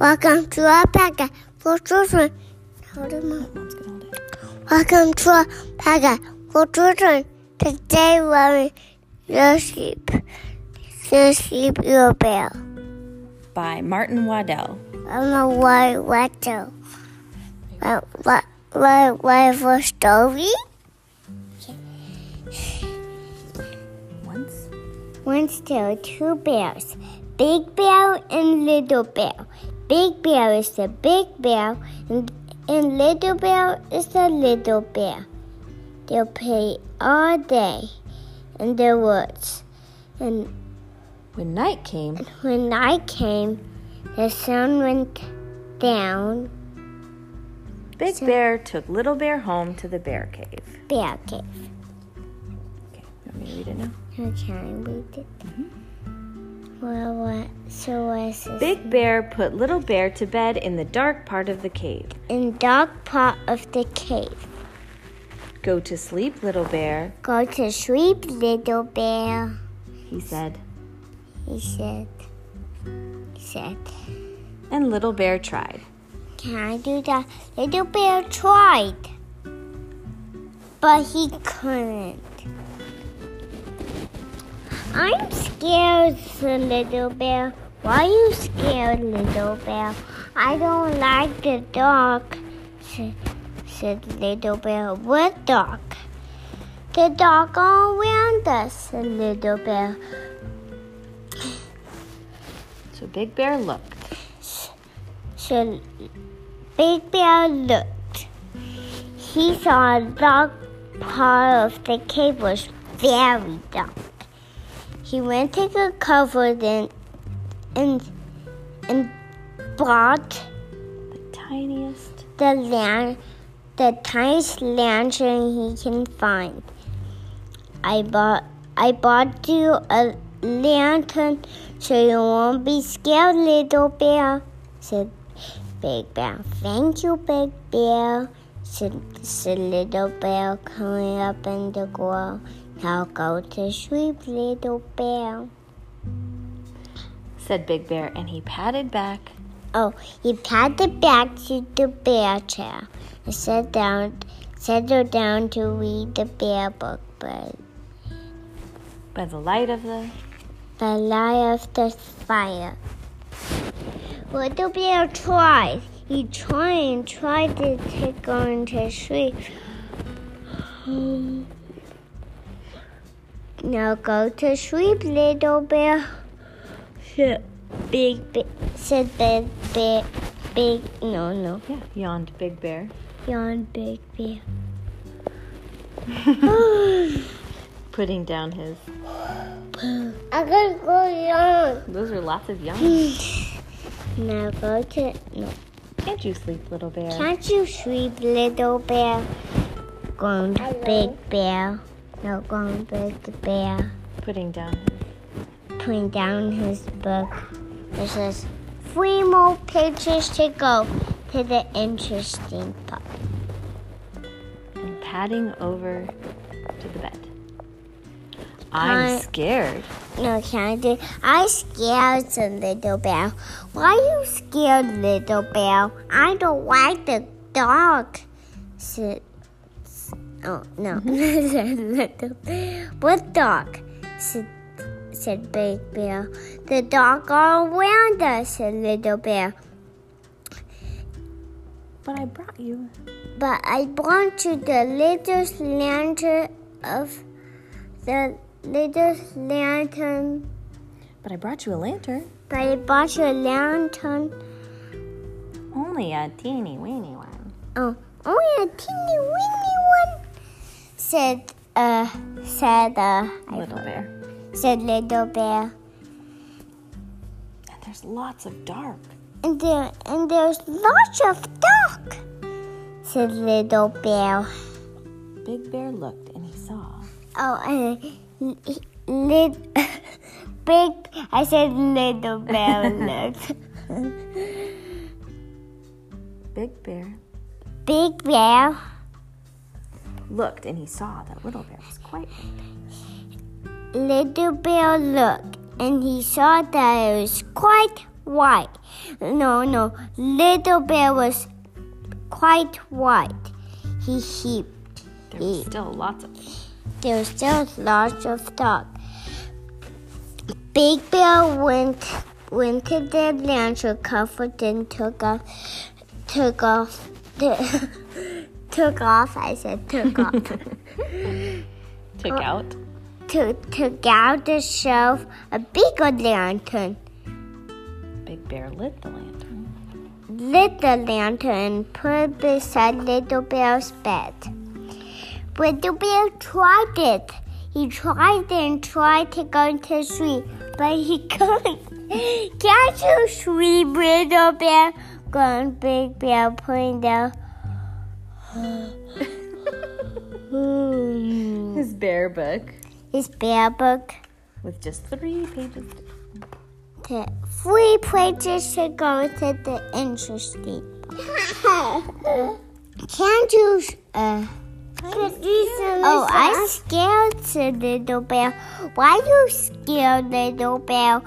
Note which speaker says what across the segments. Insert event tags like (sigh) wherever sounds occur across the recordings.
Speaker 1: Welcome to our podcast for children. Hold it, Mom. Welcome to our podcast for children. Today we're your sheep. Your sheep, your bell.
Speaker 2: by Martin Waddell.
Speaker 1: I'm a white water. What, what, what, what for story?
Speaker 2: Once
Speaker 1: Once there were two bears, Big Bear and Little Bear. Big Bear is the big bear, and, and Little Bear is the little bear. They play all day in the woods. And
Speaker 2: when night came,
Speaker 1: when night came, the sun went down
Speaker 2: Big Bear took Little Bear home to the bear cave.
Speaker 1: Bear Cave.
Speaker 2: Okay, you want me to read it now?
Speaker 1: Okay, I read it. Well, what? So was it
Speaker 2: Big Bear put Little Bear to bed in the dark part of the cave.
Speaker 1: in dark part of the cave.
Speaker 2: Go to sleep, Little Bear,
Speaker 1: Go to sleep, little bear,
Speaker 2: he said.
Speaker 1: he said. He said,
Speaker 2: And Little Bear tried.
Speaker 1: Can I do that? Little bear tried, but he couldn't. I'm scared, said little bear. Why are you scared, little bear? I don't like the dark, said, said little bear. What dark? The dark all around us, said little bear.
Speaker 2: So Big Bear looked.
Speaker 1: So Big Bear looked. He saw a dark part of the cave was very dark. He went to the cupboard and and and bought
Speaker 2: The tiniest.
Speaker 1: the lan- the tiniest lantern he can find. I bought I bought you a lantern so you won't be scared, little bear, said Big Bear. Thank you, Big Bear, said, said Little Bear, coming up in the ground. Now go to sleep, little bear.
Speaker 2: Said Big Bear, and he padded back.
Speaker 1: Oh, he padded back to the bear chair and sat down, settled down to read the bear book by
Speaker 2: By the light of the
Speaker 1: the light of the fire. Little bear tried. He tried and tried to take on to sleep. Hmm. Now go to sleep, little bear. Said big, Be- said big, big, big, no, no.
Speaker 2: yeah, yawned Big Bear.
Speaker 1: Yawn, Big (laughs) Bear.
Speaker 2: Putting down his
Speaker 1: I gotta go yawn.
Speaker 2: those are lots of yawns.
Speaker 1: Now go to. No.
Speaker 2: Can't you sleep, Little Bear?
Speaker 1: Can't you sleep, little bear? Going to Big Bear. Now going Big Bear.
Speaker 2: Putting down
Speaker 1: Putting down his book. It says three more pages to go to the interesting part.
Speaker 2: and padding over to the bed.
Speaker 1: Hi.
Speaker 2: I'm scared,
Speaker 1: No, can I do? I scared the little bear. Why are you scared, little bear? I don't like the dog. Said. Oh no, said little. What dog? Said, said big bear. The dog all around us. Said little bear.
Speaker 2: but I brought you.
Speaker 1: But I brought you the little lantern of the little lantern.
Speaker 2: But I brought you a lantern.
Speaker 1: But I bought you a lantern.
Speaker 2: Only a teeny weeny one.
Speaker 1: Oh, only a teeny weeny one," said uh said uh
Speaker 2: Little bear.
Speaker 1: said little bear.
Speaker 2: And there's lots of dark.
Speaker 1: And there and there's lots of duck," said little bear.
Speaker 2: Big Bear looked and he saw.
Speaker 1: Oh, and little (laughs) big. I said little bear looked.
Speaker 2: Big Bear
Speaker 1: (laughs) big bear.
Speaker 2: looked and he saw that Little Bear was quite.
Speaker 1: Little bear looked, and he saw that it was quite white. No, no, little bear was quite white. He heaped.
Speaker 2: There was still lots of.
Speaker 1: There was still lots of dog. Big Bear went went to the lantern covered and took off took off (laughs) took off I said took off
Speaker 2: Took out.
Speaker 1: to took out the shelf a bigger lantern
Speaker 2: Big Bear lit the lantern.
Speaker 1: lit the lantern and put it beside Little Bear's bed. Little Bear tried it. He tried and tried to go to sleep, but he (laughs) couldn't. Can't you sleep, Little Bear? Groaned Big Bear, putting down. (laughs) Hmm.
Speaker 2: His bear book
Speaker 1: His bear book.
Speaker 2: with just three pages.
Speaker 1: to three places to go to the interesting. Can't you? Uh, oh, I scared the little bear. Why you scared little bear?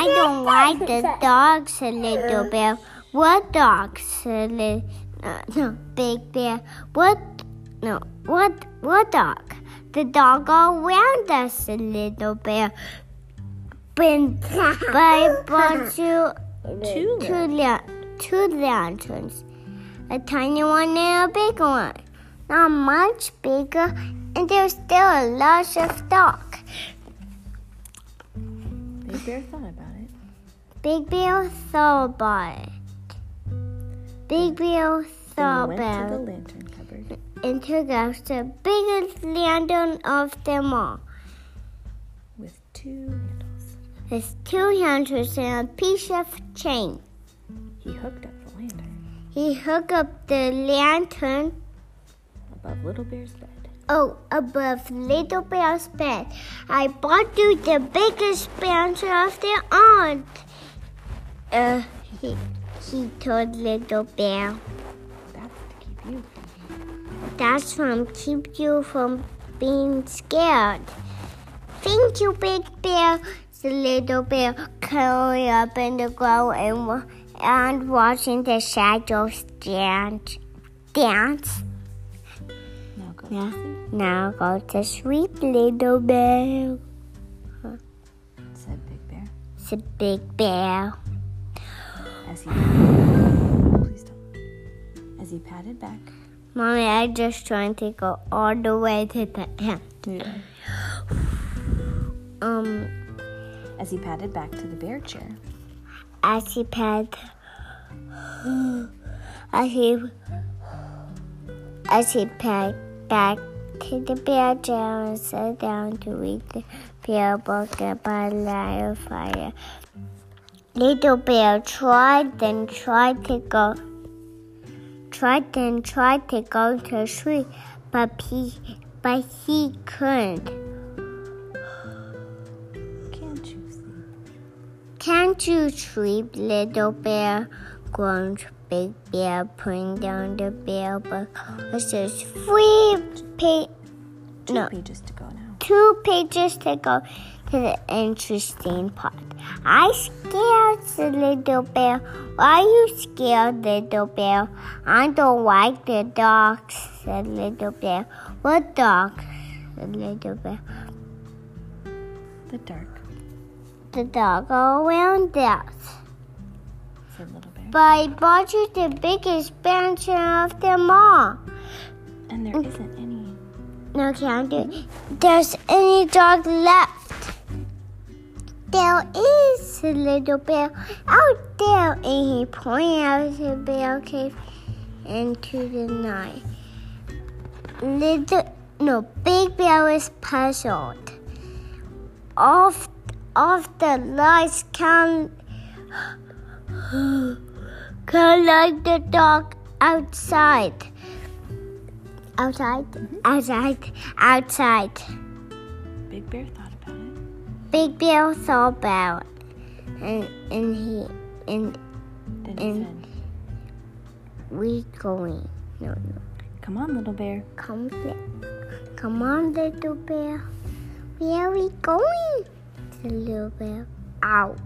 Speaker 1: I don't like the dogs, the little bear. What dogs? the li- No, no, big bear. What? No, what? What dog? The dog all around us, the little bear
Speaker 2: (laughs)
Speaker 1: been by brought you
Speaker 2: Two.
Speaker 1: two, lan- two lanterns. A tiny one and a big one. Not much bigger, and there's still a lot of dark.
Speaker 2: Big Bear thought about it.
Speaker 1: Big Bill thought about it. Big Bill thought
Speaker 2: And he went
Speaker 1: about
Speaker 2: to the
Speaker 1: it
Speaker 2: lantern cupboard.
Speaker 1: and took out the biggest lantern of them all.
Speaker 2: with two handles.
Speaker 1: With two lanterns and a piece of chain.
Speaker 2: He hooked up the lantern
Speaker 1: He hooked up the lantern
Speaker 2: above Little Bear's bed.
Speaker 1: Oh, above Little Bear's bed. I bought you the biggest bouncer of the aunt. Uh, he, he told Little Bear.
Speaker 2: That's to keep you from
Speaker 1: That's from keep you from being scared. Thank you, Big Bear. The little bear curled up in the ground and, wa- and watching the shadows dance. Dance.
Speaker 2: now go.
Speaker 1: Yeah. Now go to sleep, little bear.
Speaker 2: Said Big Bear
Speaker 1: It's a big bear.
Speaker 2: as he. Please don't. As he padded back.
Speaker 1: Mommy, I just trying to go all the way to the end. Um,
Speaker 2: As he padded back to the bear chair.
Speaker 1: as he pet, as he, as he pet back to the bear chair and sat down to read the bear book about light of fire. Little bear tried and tried to go tried and tried to go to sleep, but he, but he couldn't.
Speaker 2: Can't you see?
Speaker 1: Can't you sleep, little bear? groaned Big Bear, putting down the bear book. It's just three pa-
Speaker 2: Two
Speaker 1: No.
Speaker 2: pages to go now.
Speaker 1: two pages to go to the interesting part. I scared the little bear. Why you scared, little bear? I don't like the dogs, said little bear. What dogs? said little bear.
Speaker 2: The dark.
Speaker 1: The dog all around us.
Speaker 2: Said Little Bear.
Speaker 1: But Barge is the biggest expansion of them all.
Speaker 2: And there isn't any.
Speaker 1: No, can't do it. There's any dog left. There is a little bear out there, and he pointed out the bear cave into the night. Little, no, Big Bear was puzzled. Off, off the lights come, (gasps) come like the dog outside outside, outside, outside.
Speaker 2: Big Bear thought about it.
Speaker 1: Big Bill saw Bell, and and he and
Speaker 2: Then he
Speaker 1: And-
Speaker 2: said,
Speaker 1: we going. No, no,
Speaker 2: Come on, Little Bear.
Speaker 1: come here, come on, little bear. Where are we going? The little bear out,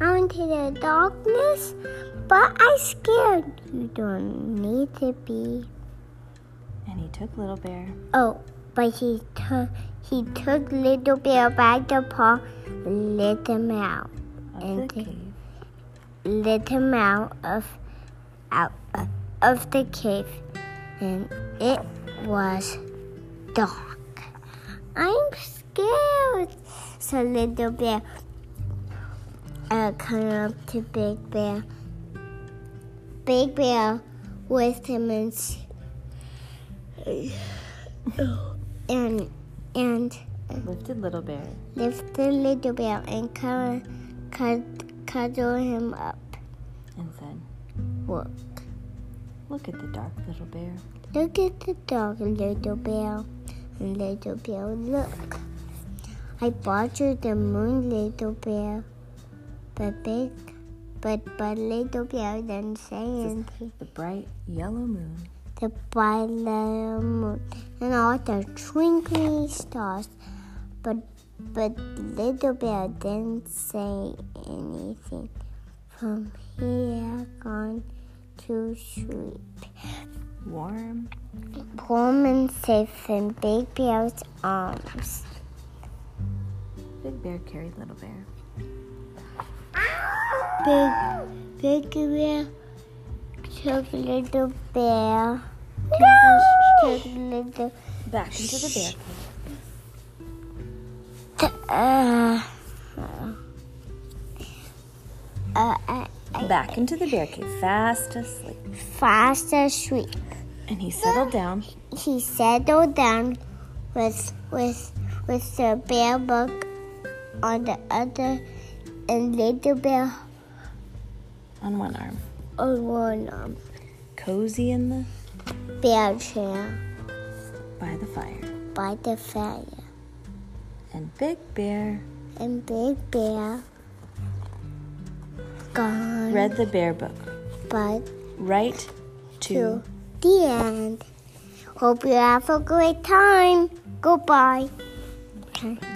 Speaker 1: out into the darkness, but I scared. You don't need to be.
Speaker 2: And he took Little Bear
Speaker 1: Oh, but he took he took little bear by the paw, and let him out,
Speaker 2: out
Speaker 1: And
Speaker 2: of the
Speaker 1: he-
Speaker 2: cave.
Speaker 1: let him out of out uh, of the cave, and it was dark. I'm scared," said little bear. Uh, coming up to Big Bear. Big Bear with him and s- and and
Speaker 2: Lifted Little Bear
Speaker 1: lift the little bear and cuddle, cud- cuddle him up.
Speaker 2: and said,
Speaker 1: Look,
Speaker 2: Look at the dark Little Bear.
Speaker 1: look at the dog, little bear. And little bear, look. I bought you the moon, little bear. But big, but but little bear didn't say anything.
Speaker 2: The bright yellow moon
Speaker 1: The bright little moon and all the twinkling stars. But but little bear didn't say anything. From here on to sleep.
Speaker 2: warm
Speaker 1: Pullman safe in Big Bear's arms.
Speaker 2: Big Bear carried Little Bear.
Speaker 1: Big, Big Bear took Little Bear. No! Took Little
Speaker 2: Back into the bear cave.
Speaker 1: uh, uh, uh,
Speaker 2: Back into the bear cave, fast asleep.
Speaker 1: fast asleep.
Speaker 2: And he settled down
Speaker 1: He settled down with with with the bear book on the other and Little Bear
Speaker 2: on one arm,
Speaker 1: on one arm.
Speaker 2: cozy in the
Speaker 1: Bear chair
Speaker 2: by the fire.
Speaker 1: by the fire.
Speaker 2: And Big Bear
Speaker 1: and Big Bear gone
Speaker 2: read the bear book
Speaker 1: but
Speaker 2: right to
Speaker 1: to the end. Hope you have a great time. Goodbye. Okay.